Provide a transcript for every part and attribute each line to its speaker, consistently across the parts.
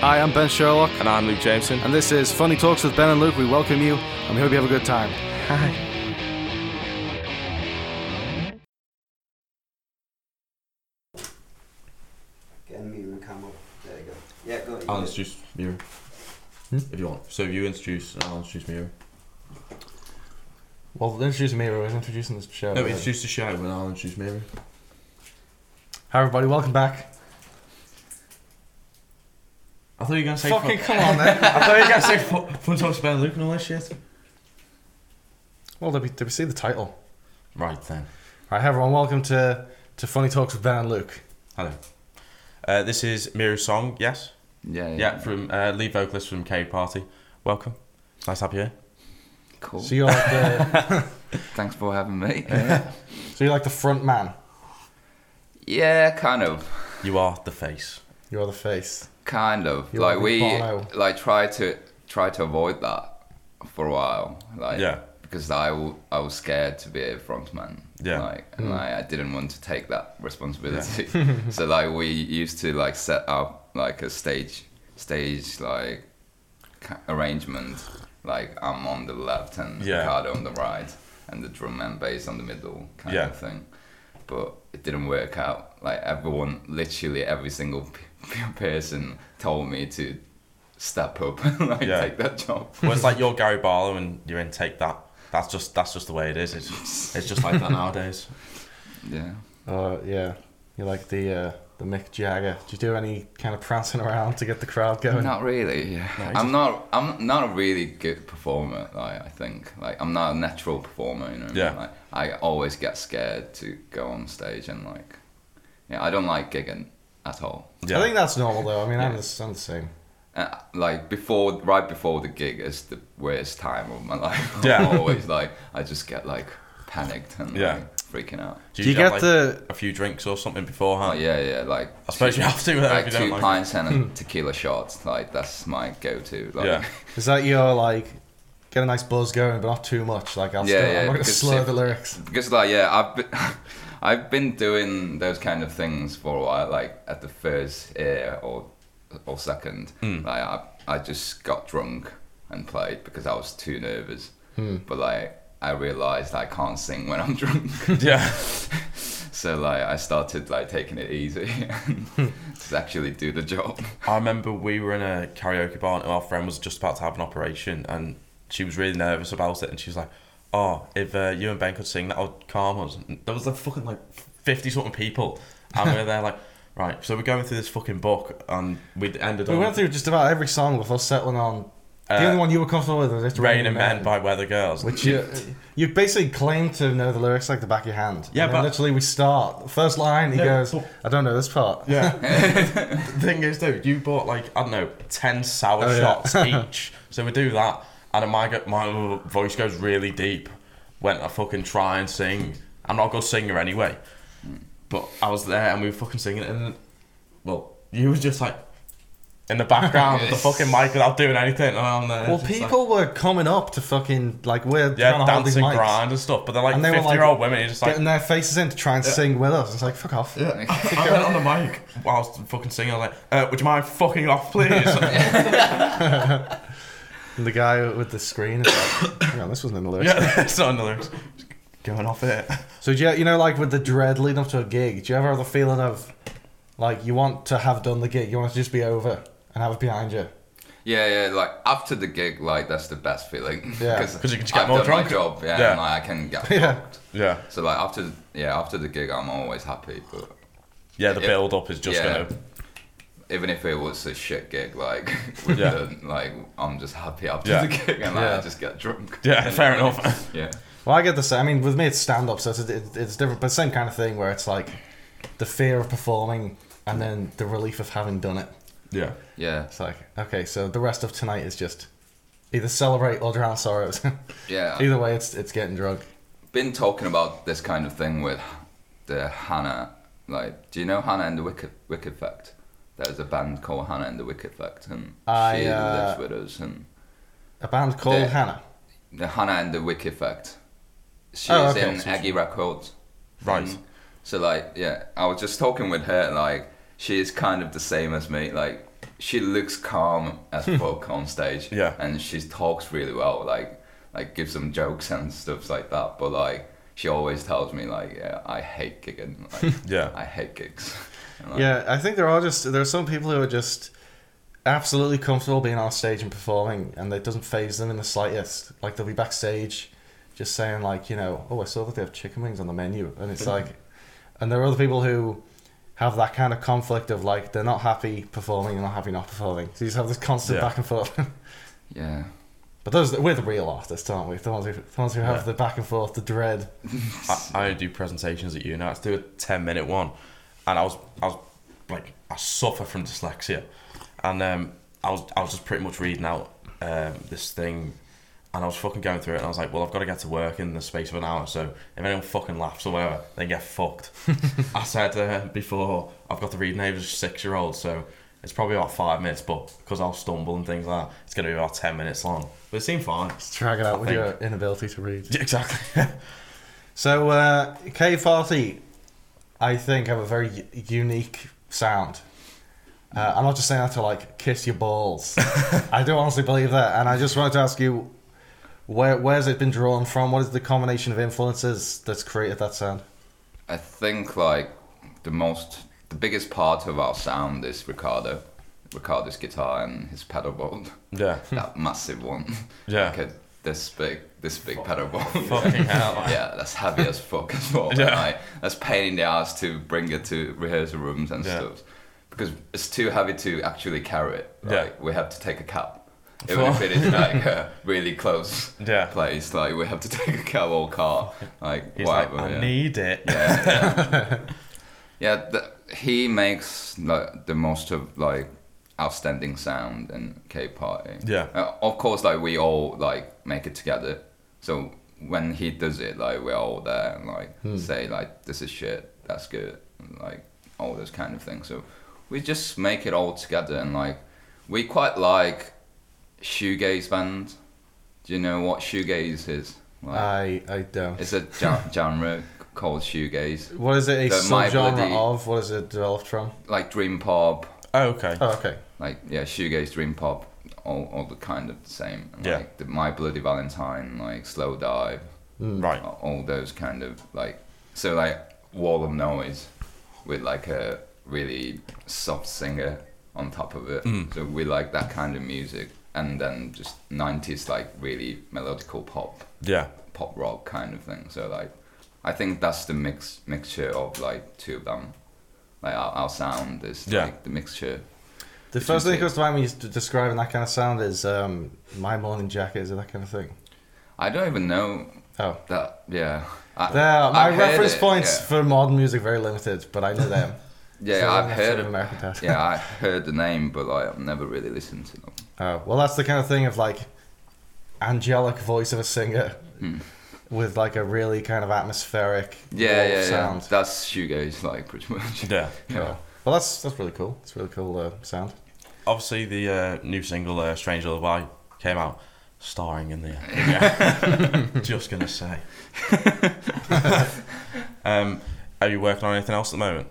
Speaker 1: Hi, I'm Ben Sherlock,
Speaker 2: And I'm Luke Jameson.
Speaker 1: and this is Funny Talks with Ben and Luke. We welcome you, and we hope you have a good time.
Speaker 3: Get in the meeting room camera. There you go. Yeah, go.
Speaker 4: Oh,
Speaker 2: I'll introduce Mira. If you want. So you introduce and I'll introduce Mira.
Speaker 1: Well, introduce me. I was introducing this show.
Speaker 2: No, introduce the show and I'll introduce Mira.
Speaker 1: Hi, everybody. Welcome back.
Speaker 2: I thought you were going to say
Speaker 1: Fucking
Speaker 2: Fun,
Speaker 1: come on, then.
Speaker 2: I thought you were going to say fun, fun Talks about Luke and all that shit.
Speaker 1: well, did we, did we see the title?
Speaker 2: Right then.
Speaker 1: All right, hi, everyone. Welcome to, to Funny Talks with Ben and Luke.
Speaker 2: Hello. Uh, this is Mira's song, yes?
Speaker 4: Yeah, yeah.
Speaker 2: Yeah, from uh, lead vocalist from K Party. Welcome. Nice to have you here.
Speaker 4: Cool.
Speaker 1: So you're like the,
Speaker 4: Thanks for having me.
Speaker 1: so you're like the front man.
Speaker 4: yeah, kind of.
Speaker 2: You are the face.
Speaker 1: You're the face.
Speaker 4: Kind of.
Speaker 1: You
Speaker 4: like
Speaker 1: wanna be
Speaker 4: we
Speaker 1: Bono.
Speaker 4: like try to try to avoid that for a while. Like
Speaker 2: Yeah.
Speaker 4: because I w- I was scared to be a frontman.
Speaker 2: Yeah.
Speaker 4: Like
Speaker 1: Hmm.
Speaker 4: and like, I didn't want to take that responsibility. so like we used to like set up like a stage stage like ca- arrangement. Like I'm on the left and
Speaker 2: Yeah.
Speaker 4: Ricardo on the right and the drum and bass on the middle kind
Speaker 2: Yeah.
Speaker 4: of thing. But it didn't work out. Like everyone, literally every single p- person told me to step up and like
Speaker 2: Yeah.
Speaker 4: take that job.
Speaker 2: Well, it's like you're Gary Barlow and you're in Take That. That's just that's just the way it is. It's, it's just like that nowadays.
Speaker 4: Yeah.
Speaker 1: Uh, yeah. You're like the uh, the Mick Jagger. Do you do any kind of prancing around to get the crowd going?
Speaker 4: Not really. Yeah.
Speaker 2: No, it's
Speaker 4: I'm not. I'm not a really good performer. Like I think, like I'm not a natural performer. You know. what I mean?
Speaker 2: Yeah.
Speaker 4: Like I always get scared to go on stage and like, yeah, I don't like gigging at all.
Speaker 2: Yeah.
Speaker 1: I think that's normal, though. I mean, I'm, the, I'm the same.
Speaker 4: Uh, like before, right before the gig is the worst time of my life.
Speaker 2: Yeah.
Speaker 4: I'm always like, I just get like panicked and
Speaker 2: Yeah.
Speaker 4: like, freaking out.
Speaker 2: Do
Speaker 1: you
Speaker 2: have,
Speaker 1: get the-
Speaker 2: a few drinks or something
Speaker 4: Oh
Speaker 2: beforehand?
Speaker 4: yeah, yeah. Like
Speaker 2: I suppose you have to without
Speaker 4: like
Speaker 2: if you don't
Speaker 4: two
Speaker 2: like it.
Speaker 4: pints and a tequila shot. Like that's my go-to. Like,
Speaker 2: Yeah.
Speaker 1: Is that your, like, get a nice buzz going, but not too much? Like, I'll
Speaker 4: Yeah,
Speaker 1: still,
Speaker 4: yeah,
Speaker 1: I'm not going to
Speaker 4: because
Speaker 1: slur
Speaker 4: if-
Speaker 1: the lyrics.
Speaker 4: because like yeah i've been i've been doing those kind of things for a while like at the first year or or second
Speaker 2: Hmm.
Speaker 4: like I, I just got drunk and played because i was too nervous
Speaker 2: Hmm.
Speaker 4: but like i realized i can't sing when i'm drunk
Speaker 2: Yeah.
Speaker 4: so like i started like taking it easy and just actually do the job
Speaker 2: I remember we were in a karaoke bar and our friend was just about to have an operation and she was really nervous about it and she was like, "Oh, if uh, you and Ben could sing, that would calm us." And there was like fucking like fifty something people, and we are there like, right. So we're going through this fucking book and we'd ended
Speaker 1: We
Speaker 2: on
Speaker 1: went through just about every song with us settling on. the
Speaker 2: Uh,
Speaker 1: only one you were comfortable with was It's
Speaker 2: "Rain and Men" by Weather Girls.
Speaker 1: Which you, you basically claim to know the lyrics like the back of your hand.
Speaker 2: Yeah,
Speaker 1: And then
Speaker 2: but-
Speaker 1: literally we start. First line, he
Speaker 2: No,
Speaker 1: goes,
Speaker 2: but-
Speaker 1: I don't know this part.
Speaker 2: Yeah. the thing is, though, you bought like I don't know, ten sour
Speaker 1: Oh, yeah.
Speaker 2: shots each. So we do that, and my go- my voice goes really deep when I fucking try and sing. I'm not a good singer anyway, but I was there and we were fucking singing, and well, you were just like in the background with the fucking mic without doing anything, and I'm there.
Speaker 1: Well,
Speaker 2: just like-
Speaker 1: people were coming up to fucking, like, we're trying
Speaker 2: yeah,
Speaker 1: to hold these
Speaker 2: dancing,
Speaker 1: mics.
Speaker 2: grind and stuff, but they're like
Speaker 1: And they were, like,
Speaker 2: fifty-year-old women. You're just like,
Speaker 1: Getting their faces in to try and sing with us. It's like, fuck off.
Speaker 2: I went on the mic while I was fucking singing. I was like, uh, "Would you mind fucking off, please?"
Speaker 1: And the guy with the screen is like, hang on, this wasn't in the lyrics.
Speaker 2: Yeah, it's not another. Going off it.
Speaker 1: So do you, you know, like with the dread leading up to a gig, do you ever have the feeling of like you want to have done the gig, you want it to just be over and have it behind you?
Speaker 4: Yeah, yeah, like after the gig, like that's the best feeling.
Speaker 1: Yeah.
Speaker 2: 'Cause you can just get
Speaker 4: I've
Speaker 2: more
Speaker 4: done
Speaker 2: drunk.
Speaker 4: My job, yeah,
Speaker 2: Yeah.
Speaker 4: And, like, I can get.
Speaker 1: Yeah.
Speaker 4: fucked.
Speaker 2: Yeah.
Speaker 4: So like after, yeah, after the gig, I'm always happy. But
Speaker 2: Yeah, the
Speaker 4: Yeah.
Speaker 2: build up is just
Speaker 4: Yeah.
Speaker 2: gonna.
Speaker 4: even if it was a shit gig, like with
Speaker 2: Yeah.
Speaker 4: the, like I'm just happy after
Speaker 2: Yeah.
Speaker 4: the gig, and like,
Speaker 1: Yeah.
Speaker 4: I just get drunk.
Speaker 2: Yeah, fair enough.
Speaker 4: Yeah.
Speaker 1: Well, I get the same. I mean, with me, it's stand up, so it's, it, it's different, but same kind of thing where it's like the fear of performing and then the relief of having done it.
Speaker 2: Yeah.
Speaker 4: Yeah,
Speaker 1: It's like, okay, so the rest of tonight is just either celebrate or drown sorrows.
Speaker 4: yeah.
Speaker 1: either way, it's it's getting drunk.
Speaker 4: Been talking about this kind of thing with the Hannah. Like, do you know Hannah and the Wicked Wicked Effect? There's a band called Hannah and the Wicked Effect, and
Speaker 1: I,
Speaker 4: she
Speaker 1: uh,
Speaker 4: lives with us. And
Speaker 1: A band called
Speaker 4: Yeah.
Speaker 1: Hannah.
Speaker 4: the Hannah and the Wicked Effect. She
Speaker 1: Oh,
Speaker 4: is
Speaker 1: okay,
Speaker 4: in
Speaker 1: so she-
Speaker 4: Aggie Records.
Speaker 2: Right.
Speaker 4: thing. So like, yeah, I was just talking with her. Like, she is kind of the same as me. Like, she looks calm as fuck on stage.
Speaker 2: Yeah.
Speaker 4: And she talks really well. Like, like gives some jokes and stuff like that. But like, she always tells me like, yeah, I hate gigging. Like,
Speaker 2: Yeah.
Speaker 4: I hate gigs. And, like,
Speaker 1: Yeah, I think there are just there are some people who are just absolutely comfortable being on stage and performing, and it doesn't phase them in the slightest. Like they'll be backstage, just saying like, you know, oh, I saw that they have chicken wings on the menu, and it's like, and there are other people who have that kind of conflict of like they're not happy performing and not happy not performing. So you just have this constant
Speaker 2: Yeah.
Speaker 1: back and forth.
Speaker 4: Yeah.
Speaker 1: but those we're the real artists, aren't we? The ones who the ones who have
Speaker 2: Yeah.
Speaker 1: the back and forth, the dread.
Speaker 2: I, I do presentations at uni. I had to do a ten minute one, and I was I was like I suffer from dyslexia, and um, I was I was just pretty much reading out um, this thing, and I was fucking going through it, and I was like, well, I've got to get to work in the space of an hour, so if anyone fucking laughs or whatever, they get fucked. I said uh, before I've got to read names of six year olds, so. It's probably about five minutes, but because I'll stumble and things like that, it's going to be about 10 minutes long. But it seemed fine.
Speaker 1: Just drag it out
Speaker 2: I
Speaker 1: with
Speaker 2: think-
Speaker 1: your inability to read.
Speaker 2: Yeah, Exactly.
Speaker 1: So uh, K40, I think have a very u- unique sound. Uh, I'm not just saying that to like kiss your balls. I do honestly believe that, and I just wanted to ask you, where where's it been drawn from? What is the combination of influences that's created that sound?
Speaker 4: I think like the most, the biggest part of our sound is Ricardo, Ricardo's guitar and his pedalboard,
Speaker 2: yeah.
Speaker 4: that massive one.
Speaker 2: Yeah.
Speaker 4: Like a, this big, this big pedalboard.
Speaker 2: Fucking hell.
Speaker 4: yeah, that's heavy as fuck as well.
Speaker 2: Yeah.
Speaker 4: Yeah. Like, that's pain in the ass to bring it to rehearsal rooms and
Speaker 2: Yeah.
Speaker 4: stuff. Because it's too heavy to actually carry it. Like,
Speaker 2: Yeah.
Speaker 4: We have to take a cab. Even if it is like a really close
Speaker 2: Yeah.
Speaker 4: place, like we have to take a cab or car. Like
Speaker 2: He's
Speaker 4: whatever.
Speaker 2: like, I
Speaker 4: yeah.
Speaker 2: need it.
Speaker 4: Yeah, th he makes like the most of like outstanding sound in K party.
Speaker 2: Yeah.
Speaker 4: Uh, of course, like we all like make it together. So when he does it, like we're all there and like say like this is shit, that's good, and, like all those kind of things. So we just make it all together and like we quite like shoegaze band. Do you know what shoegaze is? Like,
Speaker 1: I I don't.
Speaker 4: it's a gen- genre called shoegaze,
Speaker 1: What is it a
Speaker 4: the My
Speaker 1: subgenre
Speaker 4: Bloody-
Speaker 1: of? What is it developed from?
Speaker 4: like dream pop.
Speaker 2: Oh, okay.
Speaker 1: Oh, okay.
Speaker 4: like yeah, shoegaze, dream pop, all, all the kind of the same. And,
Speaker 2: Yeah.
Speaker 4: Like the My Bloody Valentine, like slow dive,
Speaker 2: Right.
Speaker 4: a- all those kind of like so like wall of noise with like a really soft singer on top of it.
Speaker 2: Mm.
Speaker 4: So we like that kind of music, and then just nineties like really melodical pop,
Speaker 2: Yeah.
Speaker 4: pop rock kind of thing. So like, I think that's the mix mixture of like two of them. Like our, our sound is
Speaker 2: Yeah.
Speaker 4: like the mixture.
Speaker 1: The
Speaker 4: Did
Speaker 1: first
Speaker 4: you
Speaker 1: thing that
Speaker 4: say-
Speaker 1: comes to mind when you're d- describing that kind of sound is um, my morning jacket. Is it that kind of thing?
Speaker 4: I don't even know
Speaker 1: Oh.
Speaker 4: that. Yeah. I,
Speaker 1: There, are- my
Speaker 4: I've heard
Speaker 1: reference
Speaker 4: it,
Speaker 1: points
Speaker 4: yeah.
Speaker 1: for modern music very limited, but I know them.
Speaker 4: Yeah,
Speaker 1: So
Speaker 4: I've
Speaker 1: that's sort
Speaker 4: heard.
Speaker 1: of
Speaker 4: Of,
Speaker 1: American Dad.
Speaker 4: yeah, I heard the name, but like, I've never really listened to them.
Speaker 1: Oh, well, that's the kind of thing of like angelic voice of a singer with like a really kind of atmospheric
Speaker 4: Hmm. Yeah,
Speaker 1: warm
Speaker 4: yeah, yeah.
Speaker 1: sound.
Speaker 4: That's shoegaze, like pretty much.
Speaker 2: Yeah.
Speaker 4: yeah.
Speaker 1: Well, that's that's really cool. It's a really cool uh, sound.
Speaker 2: Obviously, the uh, new single uh, "Strange Lullaby" came out, starring in the. Just gonna say. um, are you working on anything else at the moment,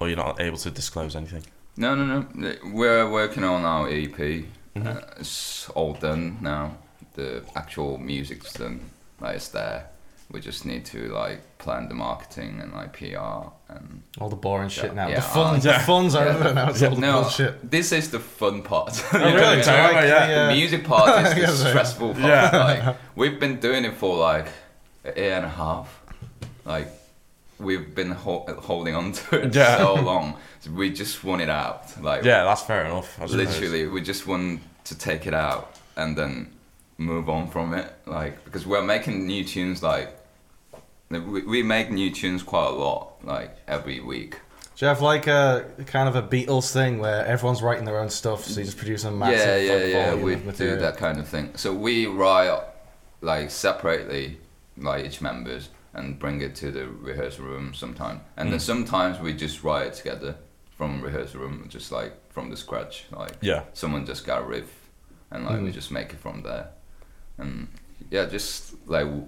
Speaker 2: or you're not able to disclose anything?
Speaker 4: No, no, no. We're working on our EP. Uh, it's all done now. The actual music's done. Like, it's there. We just need to like plan the marketing and like PR and
Speaker 1: All the boring shit now.
Speaker 4: yeah,
Speaker 1: the fun's the
Speaker 2: yeah.
Speaker 1: fun's over now. It's all the
Speaker 4: no,
Speaker 1: bullshit.
Speaker 4: this is the fun part. You know
Speaker 1: Oh,
Speaker 4: what I
Speaker 1: really?
Speaker 4: mean?
Speaker 1: So,
Speaker 2: Yeah,
Speaker 1: like,
Speaker 2: yeah.
Speaker 1: the, uh,
Speaker 4: The music part is
Speaker 1: Yes,
Speaker 4: the
Speaker 1: yeah.
Speaker 4: stressful part.
Speaker 2: Yeah.
Speaker 4: Like we've been doing it for like a year and a half. Like we've been ho- holding on to it
Speaker 2: Yeah.
Speaker 4: so long. So we just want it out. Like
Speaker 2: Yeah, that's fair enough. I suppose.
Speaker 4: literally, we just want to take it out and then move on from it. Like because we're making new tunes. Like we, we make new tunes quite a lot. Like every week.
Speaker 1: Do you have like a kind of a Beatles thing where everyone's writing their own stuff, so you just produce a massive
Speaker 4: yeah, yeah,
Speaker 1: like,
Speaker 4: yeah.
Speaker 1: volume
Speaker 4: We
Speaker 1: of
Speaker 4: do
Speaker 1: material?
Speaker 4: that kind of thing. So we write like separately, like each members, and bring it to the rehearsal room sometime. And then
Speaker 1: Hmm.
Speaker 4: sometimes we just write it together from rehearsal room, just like from the scratch. Like
Speaker 2: Yeah.
Speaker 4: someone just got a riff, and like
Speaker 1: Hmm.
Speaker 4: we just make it from there. And yeah, just like w-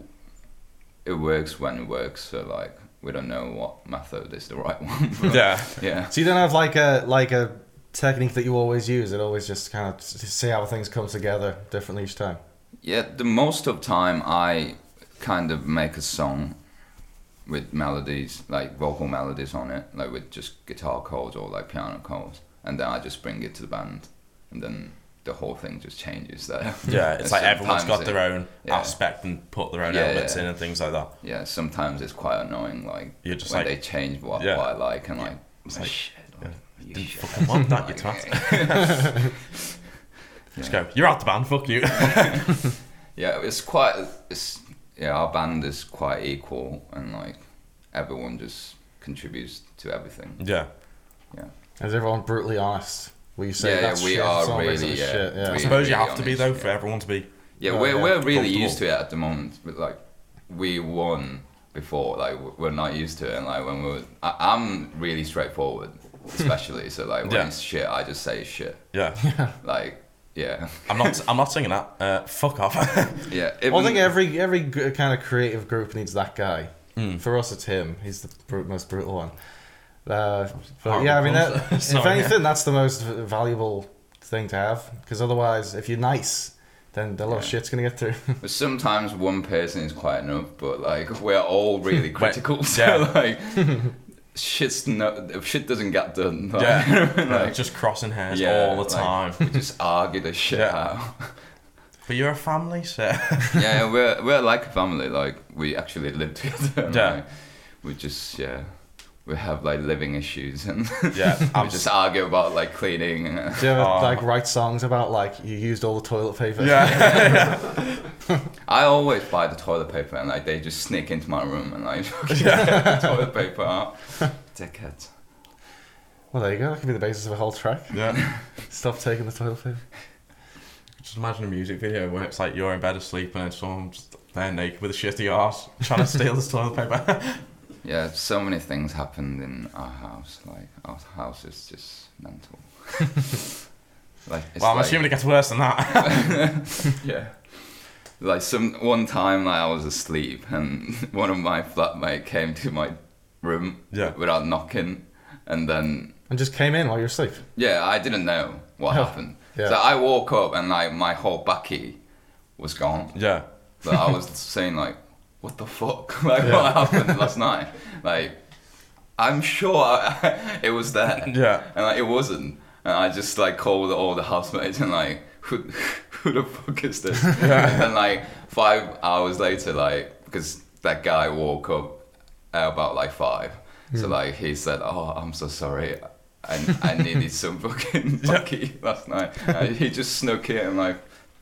Speaker 4: it works when it works. So like we don't know what method is the right one. But,
Speaker 2: Yeah.
Speaker 4: yeah.
Speaker 1: So you don't have like a like a technique that you always use. It always just kind of s- see how things come together differently each time.
Speaker 4: Yeah, the most of time I kind of make a song with melodies, like vocal melodies on it, like with just guitar chords or like piano chords, and then I just bring it to the band, and then the whole thing just changes there.
Speaker 2: Yeah, it's
Speaker 4: And
Speaker 2: like everyone's
Speaker 4: sometimes
Speaker 2: got
Speaker 4: it-
Speaker 2: their own
Speaker 4: yeah.
Speaker 2: aspect and put their own
Speaker 4: Yeah,
Speaker 2: elements
Speaker 4: yeah.
Speaker 2: in and things like that.
Speaker 4: Yeah, sometimes it's quite annoying, like
Speaker 2: You're just
Speaker 4: when
Speaker 2: like-
Speaker 4: they change what,
Speaker 2: yeah.
Speaker 4: what I like and like,
Speaker 2: It's
Speaker 4: oh,
Speaker 2: like,
Speaker 4: shit, like, you
Speaker 2: Didn't
Speaker 4: shit.
Speaker 2: fucking want that, you twat. Just go, you're out the band, fuck you.
Speaker 4: Yeah, it's quite. It's yeah, our band is quite equal, and like everyone just contributes to everything.
Speaker 2: yeah.
Speaker 4: Yeah,
Speaker 1: Is everyone brutally honest? Will you say
Speaker 4: Yeah, yeah,
Speaker 1: that's
Speaker 4: we
Speaker 1: shit,
Speaker 4: are
Speaker 1: song based on
Speaker 4: really,
Speaker 1: this
Speaker 4: yeah,
Speaker 1: shit?
Speaker 2: I
Speaker 4: we-
Speaker 2: suppose you
Speaker 4: really
Speaker 2: have to be
Speaker 4: honest,
Speaker 2: though for
Speaker 4: yeah.
Speaker 2: everyone to be.
Speaker 4: yeah,
Speaker 1: Yeah,
Speaker 4: we're
Speaker 1: yeah.
Speaker 4: we're really
Speaker 2: Comfortable.
Speaker 4: used to it at the moment, but like we won before, like w- we're not used to it, and like when we were, I, I'm really straightforward, especially. so like when
Speaker 2: Yeah.
Speaker 4: it's shit, I just say shit.
Speaker 2: Yeah.
Speaker 4: Like yeah,
Speaker 2: I'm not I'm not singing that. Uh, fuck off.
Speaker 4: yeah.
Speaker 1: Well, I
Speaker 4: even-
Speaker 1: think every every g- kind of creative group needs that guy.
Speaker 4: Hmm.
Speaker 1: For us, it's him. He's the br- most brutal one. Uh, but
Speaker 2: Horrible
Speaker 1: yeah, I mean,
Speaker 2: concept.
Speaker 1: that, if
Speaker 2: Sorry.
Speaker 1: anything, that's the most v- valuable thing to have. Because otherwise, if you're nice, then the lot of
Speaker 4: Yeah.
Speaker 1: shit's gonna get through.
Speaker 4: But sometimes one person is quite enough, but like we're all really critical, so
Speaker 2: yeah.
Speaker 4: like shit's no if shit doesn't get done. Like,
Speaker 2: Yeah. Uh,
Speaker 4: like,
Speaker 2: just crossing hairs
Speaker 4: yeah,
Speaker 2: all the
Speaker 4: like,
Speaker 2: time.
Speaker 4: we just argue the shit
Speaker 2: Yeah.
Speaker 4: out.
Speaker 2: But you're a family, so
Speaker 4: yeah, we're we're like a family. Like we actually live together. and,
Speaker 2: Yeah.
Speaker 4: like, we just yeah. We have like living issues and
Speaker 2: Yeah.
Speaker 4: we
Speaker 2: I'm
Speaker 4: just
Speaker 2: just
Speaker 4: argue about like cleaning. and-
Speaker 1: Do you ever
Speaker 2: Oh.
Speaker 1: like write songs about like you used all the toilet paper?
Speaker 2: Yeah.
Speaker 4: I always buy the toilet paper and like they just sneak into my room and like toilet paper out. Dickhead.
Speaker 1: Well, there you go. That could be the basis of a whole track.
Speaker 2: yeah.
Speaker 1: Stop taking the toilet paper.
Speaker 2: Just imagine a music video where it's like you're in bed asleep and then someone's there naked with a shitty arse trying to steal this toilet paper.
Speaker 4: Yeah, so many things happened in our house. Like our house is just mental. like it's
Speaker 2: well, I'm
Speaker 4: like,
Speaker 2: assuming it gets worse than that.
Speaker 4: yeah. Like some one time, like I was asleep and one of my flatmate came to my room
Speaker 2: Yeah.
Speaker 4: without knocking, and then
Speaker 1: And just came in while you're asleep.
Speaker 4: yeah, I didn't know what
Speaker 1: Oh,
Speaker 4: happened.
Speaker 1: yeah.
Speaker 4: So I woke up and like my whole backy was gone.
Speaker 2: yeah.
Speaker 4: But I was saying like, what the fuck? Like what happened last night? Like, I'm sure I, it was there.
Speaker 2: Yeah.
Speaker 4: And like it wasn't. And I just like called all the housemates and like, who, who the fuck is this? And then like five hours later, like because that guy woke up at about like five. So
Speaker 2: Hmm.
Speaker 4: like he said, oh, I'm so sorry. I, I needed some fucking bucky last night. And he just snuck it and like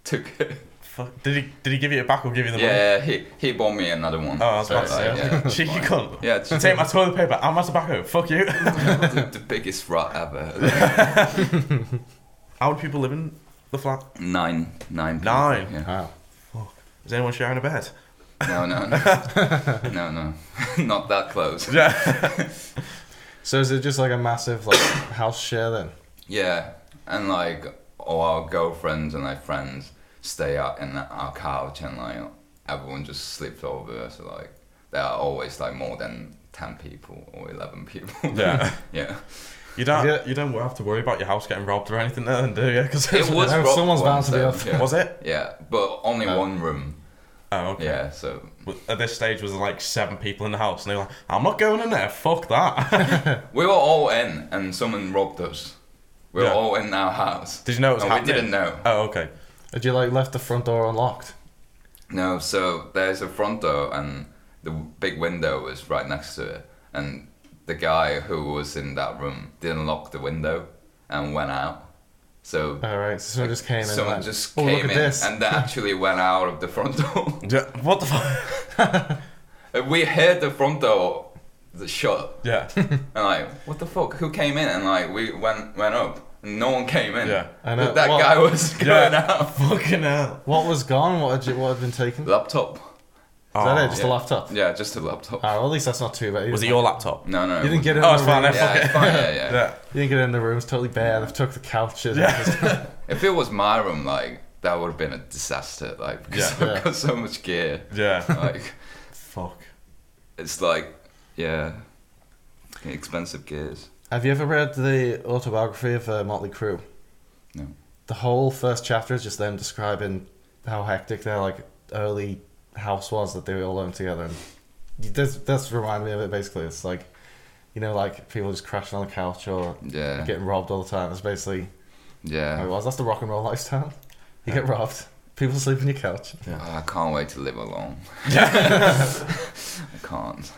Speaker 4: took it.
Speaker 2: Fuck. Did he did he give you it back or give you the money?
Speaker 4: Yeah, he he bought me another one.
Speaker 2: Oh, I was about to
Speaker 4: So,
Speaker 2: say.
Speaker 4: like, yeah, that's
Speaker 2: Cheeky
Speaker 4: fine.
Speaker 2: cunt.
Speaker 4: Yeah,
Speaker 2: You take my toilet paper and my tobacco. Fuck you.
Speaker 4: the, the biggest rat ever.
Speaker 2: How would people live in the flat?
Speaker 4: Nine, nine. people,
Speaker 2: Nine?
Speaker 4: Yeah.
Speaker 1: Wow.
Speaker 2: Is anyone sharing a bed?
Speaker 4: No, no, no, no, no, not that close.
Speaker 2: Yeah.
Speaker 1: So is it just like a massive like house share then?
Speaker 4: Yeah, and like all our girlfriends and like friends stay out in our couch, and like everyone just sleeps over. So like there are always like more than ten people or eleven people.
Speaker 2: Yeah.
Speaker 4: yeah.
Speaker 2: You don't
Speaker 1: Yeah.
Speaker 2: you don't have to worry about your house getting robbed or anything then, do you? Because
Speaker 4: It was.
Speaker 1: No,
Speaker 4: robbed
Speaker 1: someone's bound
Speaker 4: once,
Speaker 1: to be
Speaker 4: though,
Speaker 1: off.
Speaker 4: yeah.
Speaker 2: Was it?
Speaker 4: Yeah, but only
Speaker 1: Oh.
Speaker 4: one room.
Speaker 2: Oh, okay.
Speaker 4: Yeah, so
Speaker 2: But At this stage, was there like seven people in the house, and they were like, "I'm not going in there. Fuck that."
Speaker 4: We were all in, and someone robbed us. We were
Speaker 2: Yeah.
Speaker 4: all in our house.
Speaker 2: Did you know it was
Speaker 4: and
Speaker 2: happening?
Speaker 4: We didn't know.
Speaker 2: Oh, okay.
Speaker 1: Had you like left the front door unlocked?
Speaker 4: No, so there's a front door, and the big window was right next to it. And the guy who was in that room didn't lock the window and went out. So
Speaker 1: All right. So someone just came in. and
Speaker 4: someone
Speaker 1: went,
Speaker 4: just
Speaker 1: oh,
Speaker 4: came
Speaker 1: look at
Speaker 4: in
Speaker 1: this.
Speaker 4: and they actually went out of the front door.
Speaker 2: Yeah, What the fuck?
Speaker 4: And we heard the front door the shut,
Speaker 2: Yeah.
Speaker 4: and like, what the fuck? Who came in? And like, we went went up. And no one came in.
Speaker 2: Yeah.
Speaker 1: I know.
Speaker 4: But That
Speaker 1: Well-
Speaker 4: guy was going
Speaker 2: Yeah.
Speaker 4: out.
Speaker 2: Fucking hell.
Speaker 1: What was gone? What had, you, what had been taken? Is
Speaker 4: Laptop.
Speaker 1: that
Speaker 2: Oh.
Speaker 1: it? Just a
Speaker 4: yeah.
Speaker 1: laptop?
Speaker 4: Yeah, just a laptop.
Speaker 1: Ah, well, at least that's not too bad.
Speaker 2: Was it your laptop?
Speaker 4: no, no.
Speaker 1: You didn't get in
Speaker 2: Oh,
Speaker 1: the
Speaker 2: it's fine.
Speaker 1: room.
Speaker 2: I
Speaker 4: Yeah,
Speaker 2: fuck
Speaker 4: it's
Speaker 2: it.
Speaker 4: fine, yeah, yeah.
Speaker 2: Yeah.
Speaker 1: You didn't get in the room. It's totally bare. They've took the couches. Yeah.
Speaker 4: If it was my room, like that would have been a disaster. Like because
Speaker 2: Yeah.
Speaker 4: I've got so much gear.
Speaker 2: Yeah.
Speaker 4: Like
Speaker 2: Fuck.
Speaker 4: it's like Yeah. Fucking Expensive gears.
Speaker 1: Have you ever read the autobiography of uh, Motley Crue?
Speaker 4: No.
Speaker 1: The whole first chapter is just them describing how hectic their like early house was that they were all living together. And that's that's reminded me of it. Basically, it's like you know, like people just crashing on the couch or
Speaker 4: Yeah.
Speaker 1: getting robbed all the time. It's basically how it
Speaker 4: Yeah.
Speaker 1: was. That's the rock and roll lifestyle. You get robbed. People sleep on your couch.
Speaker 4: Oh, I can't wait to live alone. I can't.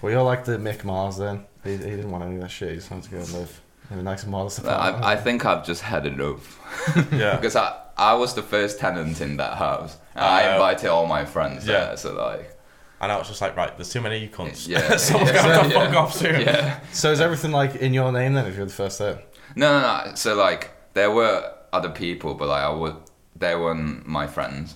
Speaker 1: Well, you're like the Mick Mars then. He, he didn't want any of that shit. He just wanted to go and live in a nice modest apartment.
Speaker 4: I, I think I've just had enough.
Speaker 2: Yeah.
Speaker 4: because I, I was the first tenant in that house. And I
Speaker 2: Uh,
Speaker 4: invited all my friends
Speaker 2: yeah.
Speaker 4: there, so like,
Speaker 2: And I was just like, right, there's too many cunts.
Speaker 4: yeah.
Speaker 2: Someone's
Speaker 4: yeah,
Speaker 2: gonna have to
Speaker 4: yeah,
Speaker 2: fuck off soon.
Speaker 4: Yeah.
Speaker 1: so is everything like in your name then? If you're the first there,
Speaker 4: No, no, no. So like, there were other people, but like, I would, they weren't my friends.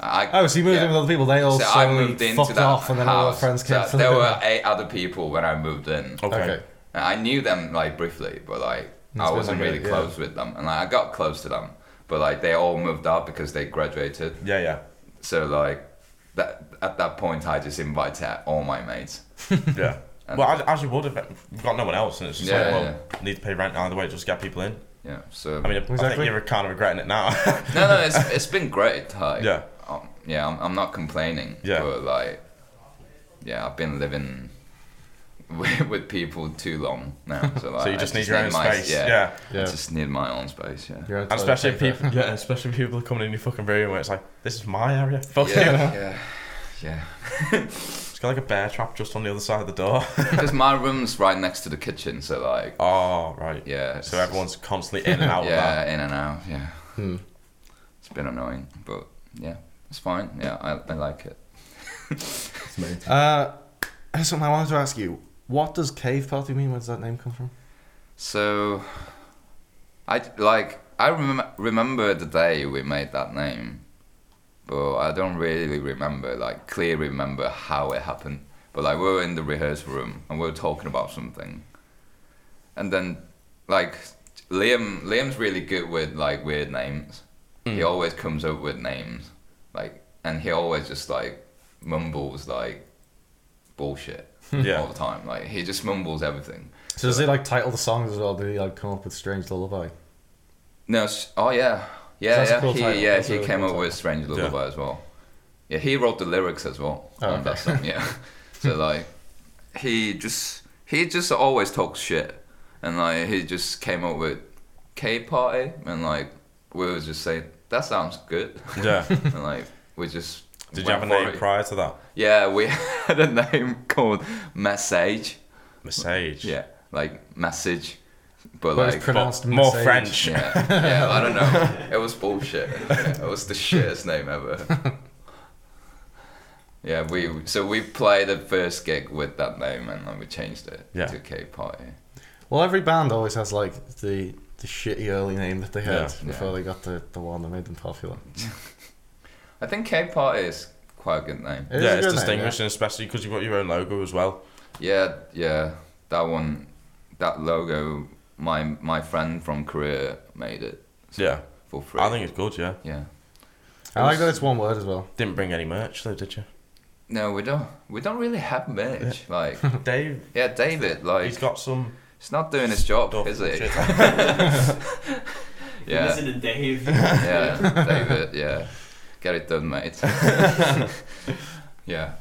Speaker 4: I,
Speaker 1: oh, so you moved
Speaker 4: yeah.
Speaker 1: in with other people. They all
Speaker 4: So I
Speaker 1: suddenly
Speaker 4: moved into
Speaker 1: fucked
Speaker 4: that
Speaker 1: off, and then all their
Speaker 4: house.
Speaker 1: friends came.
Speaker 4: So
Speaker 1: to
Speaker 4: there
Speaker 1: live in
Speaker 4: were
Speaker 1: it.
Speaker 4: eight other people when I moved in.
Speaker 2: Okay.
Speaker 1: okay.
Speaker 4: And I knew them like briefly, but like
Speaker 1: That's
Speaker 4: I
Speaker 1: been
Speaker 4: wasn't
Speaker 1: like a-
Speaker 4: really
Speaker 1: yeah.
Speaker 4: close with them, and like I got close to them, but like they all moved out because they graduated.
Speaker 2: Yeah, yeah.
Speaker 4: So like that at that point, I just invited all my mates.
Speaker 2: Yeah.
Speaker 4: And-
Speaker 2: well, as, as you would if you've got no one else, and it's just
Speaker 4: Yeah,
Speaker 2: like, well,
Speaker 4: yeah.
Speaker 2: need to pay rent either way, just get people in.
Speaker 4: Yeah. So
Speaker 2: I mean, I think
Speaker 1: Exactly.
Speaker 2: you're kind of regretting it now.
Speaker 4: no, no, it's it's been great. Like,
Speaker 2: Yeah.
Speaker 4: um, yeah, I'm, I'm not complaining.
Speaker 2: Yeah.
Speaker 4: But like, yeah, I've been living with, with people too long now, so like,
Speaker 2: so you
Speaker 4: I
Speaker 2: just need your own
Speaker 4: my,
Speaker 2: space.
Speaker 4: Yeah.
Speaker 2: Yeah.
Speaker 4: I
Speaker 1: Yeah.
Speaker 4: just need my own space. Yeah.
Speaker 1: Your own
Speaker 2: And especially if
Speaker 1: toilet
Speaker 2: people, yeah, especially if people are coming in your fucking room where it's like, this is my area. Fuck you.
Speaker 4: Yeah. Yeah. Yeah.
Speaker 2: It's got like a bear trap just on the other side of the door.
Speaker 4: Because my room's right next to the kitchen, so like,
Speaker 2: oh, right.
Speaker 4: yeah.
Speaker 2: So
Speaker 4: it's-
Speaker 2: everyone's constantly in and out of that.
Speaker 4: Yeah, in and out. Yeah.
Speaker 1: Hmm.
Speaker 4: It's been annoying, but yeah, it's fine. Yeah, I, I like it.
Speaker 1: paper. Uh, here's something I wanted to ask you. What does cave party mean? Where does that name come from?
Speaker 4: So, I like I rem- remember the day we made that name, but I don't really remember like clearly remember how it happened. But like we were in the rehearsal room and we were talking about something, and then like Liam Liam's really good with like weird names. He always comes up with names, like and he always just like mumbles like bullshit
Speaker 2: Yeah.
Speaker 4: all the time. Like he just mumbles everything.
Speaker 1: So does he like title the songs as well? Did he like come up with strange lullaby?
Speaker 4: No. s- Oh yeah, yeah,
Speaker 1: That's a
Speaker 4: yeah.
Speaker 1: cool
Speaker 4: he,
Speaker 1: title.
Speaker 4: yeah,
Speaker 1: That's a
Speaker 4: he
Speaker 1: really
Speaker 4: came
Speaker 1: cool
Speaker 4: up with Strange Lullaby as well. Yeah, he wrote the lyrics as well
Speaker 1: Oh,
Speaker 4: on
Speaker 1: okay.
Speaker 4: that song. Yeah. so like, he just he just always talks shit, and like he just came up with K party, and like we were just saying that sounds good,
Speaker 2: Yeah.
Speaker 4: and like we just
Speaker 2: Did you
Speaker 4: went
Speaker 2: have a
Speaker 4: for
Speaker 2: name
Speaker 4: it.
Speaker 2: prior to that?
Speaker 4: Yeah, we had a name called Message.
Speaker 2: Message.
Speaker 4: Yeah, like message, but
Speaker 1: Well, it's
Speaker 4: like
Speaker 1: pronounced
Speaker 2: more
Speaker 1: message.
Speaker 2: French.
Speaker 4: yeah, yeah, I don't know. It was bullshit. It was the shittest name ever. Yeah, we so we played the first gig with that name and then we changed it
Speaker 2: Yeah.
Speaker 4: to K Party.
Speaker 1: Well, every band always has like the the shitty early name that they had
Speaker 2: Yeah.
Speaker 1: before
Speaker 4: Yeah.
Speaker 1: they got the, the one that made them popular.
Speaker 4: I think K Party is quite a good name.
Speaker 1: It is
Speaker 2: yeah,
Speaker 1: a
Speaker 2: it's
Speaker 1: good name, yeah.
Speaker 2: distinguishing, especially because you've got your own logo as well.
Speaker 4: Yeah, yeah, that one, that logo. My my friend from Korea made it
Speaker 2: Yeah,
Speaker 4: for free.
Speaker 2: I think it's good. Yeah,
Speaker 4: yeah.
Speaker 1: I like that it's one word as well.
Speaker 2: didn't bring any merch though, did you?
Speaker 4: No, we don't. We don't really have merch. Like,
Speaker 2: Dave,
Speaker 4: yeah, David. Like,
Speaker 2: he's got some.
Speaker 4: It's not doing its job,
Speaker 2: stuff
Speaker 4: is
Speaker 2: and
Speaker 4: it?
Speaker 2: shit.
Speaker 4: yeah,
Speaker 5: Listen to Dave.
Speaker 4: yeah, David, yeah. Get it done, mate. yeah.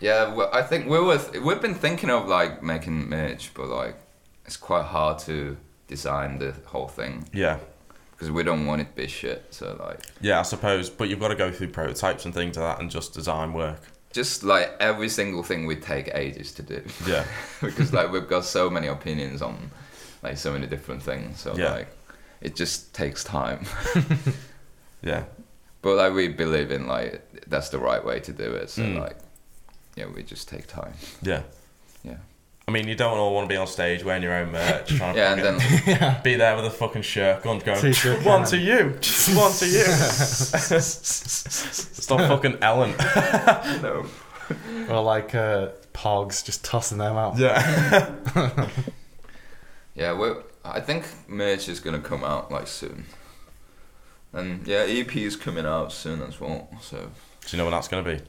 Speaker 4: Yeah, well, I think we were we've been thinking of like making merch, but like it's quite hard to design the whole thing
Speaker 2: Yeah,
Speaker 4: because we don't want it to be shit. So like
Speaker 2: yeah, I suppose. But you've got to go through prototypes and things like that, and just design work.
Speaker 4: just like every single thing would take ages to do
Speaker 2: Yeah,
Speaker 4: because like we've got so many opinions on like so many different things. So
Speaker 2: Yeah.
Speaker 4: like it just takes time.
Speaker 2: yeah,
Speaker 4: But like we believe in like that's the right way to do it. So
Speaker 2: Mm.
Speaker 4: like yeah, we just take time.
Speaker 2: yeah.
Speaker 4: Yeah.
Speaker 2: I mean, you don't all want to be on stage wearing your own merch, trying to
Speaker 4: Yeah, and
Speaker 2: fucking
Speaker 4: then
Speaker 2: be there with a fucking shirt, guns going.
Speaker 1: T-shirt
Speaker 2: One
Speaker 1: cannon."
Speaker 2: to you, one to you. Stop fucking Ellen.
Speaker 4: no.
Speaker 1: Or like uh, Pogs, just tossing them out.
Speaker 2: Yeah,
Speaker 4: Yeah, we I think merch is gonna come out like soon. And yeah, EP is coming out soon as well. So
Speaker 2: do you know when that's gonna be?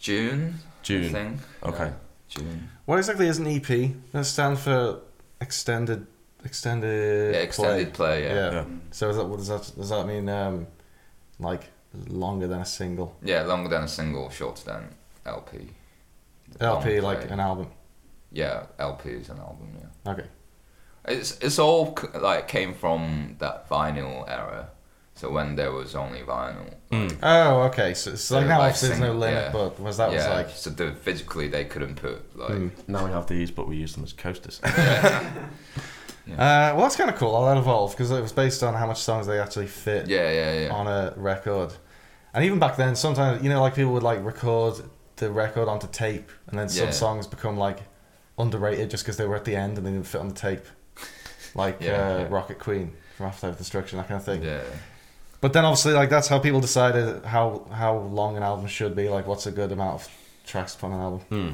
Speaker 4: June, I
Speaker 2: June.
Speaker 4: think.
Speaker 2: Okay.
Speaker 4: Yeah, June.
Speaker 1: What exactly is an EP? That stands for extended extended
Speaker 4: Yeah, extended
Speaker 1: play.
Speaker 4: play. yeah.
Speaker 1: Yeah. So is that what does that does that mean? Um, like longer than a single
Speaker 4: Yeah, longer than a single, shorter than LP.
Speaker 1: LP,
Speaker 4: Long
Speaker 1: like
Speaker 4: play.
Speaker 1: an album.
Speaker 4: yeah, LP is an album. Yeah,
Speaker 1: Okay.
Speaker 4: it's it's all c- like came from that vinyl era. So when there was only vinyl,
Speaker 2: Hmm.
Speaker 1: Oh, okay. So, so like now,
Speaker 4: So, like
Speaker 1: obviously, there's no
Speaker 4: sing-
Speaker 1: limit,
Speaker 4: yeah.
Speaker 1: but was that
Speaker 4: yeah,
Speaker 1: was like Hmm.
Speaker 4: so the, physically they couldn't put like
Speaker 2: Now we have these, but we use them as coasters.
Speaker 1: Uh, well, that's kind of cool. How that evolved because it was based on how much songs they actually fit
Speaker 4: yeah, yeah, yeah,
Speaker 1: on a record. And even back then, sometimes you know, like people would like record the record onto tape, and then some
Speaker 4: Yeah.
Speaker 1: songs become like underrated just because they were at the end and they didn't fit on the tape, like
Speaker 4: Yeah,
Speaker 1: uh,
Speaker 4: yeah.
Speaker 1: Rocket Queen from Afterlife Destruction, that kind of thing.
Speaker 4: yeah.
Speaker 1: But then obviously, like that's how people decided how how long an album should be. Like, what's a good amount of tracks upon an album?
Speaker 2: Hmm.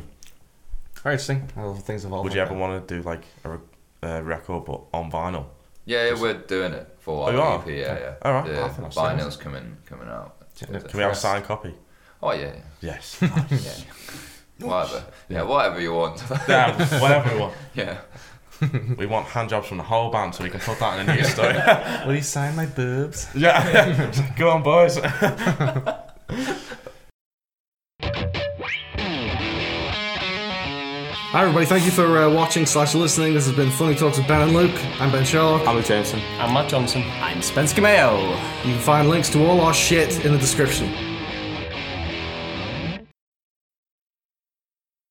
Speaker 1: Very interesting. How things evolve.
Speaker 2: Would
Speaker 1: like
Speaker 2: you ever
Speaker 1: that.
Speaker 2: want to do like a re- uh, record but on vinyl?
Speaker 4: Yeah, we're doing it for
Speaker 2: Oh, you
Speaker 4: our
Speaker 2: are?
Speaker 4: EP. Yeah, yeah.
Speaker 2: All right.
Speaker 4: The
Speaker 1: I think I've seen
Speaker 4: vinyl's coming coming out.
Speaker 1: Yeah.
Speaker 2: Can we have a signed copy?
Speaker 4: Oh yeah,
Speaker 2: Yes.
Speaker 4: yeah. yeah. whatever. Yeah, whatever you want.
Speaker 2: Damn, whatever we want.
Speaker 4: yeah.
Speaker 2: We want hand jobs from the whole band so we can put that in a new story.
Speaker 1: Will you sign my boobs?
Speaker 2: yeah. Go on, boys.
Speaker 1: Hi everybody, thank you for uh, watching slash listening. This has been Funny Talks with Ben and Luke. I'm Ben Sherlock.
Speaker 5: Alan Jameson.
Speaker 6: I'm Matt Johnson.
Speaker 5: I'm Spencer Mayo.
Speaker 1: You can find links to all our shit in the description.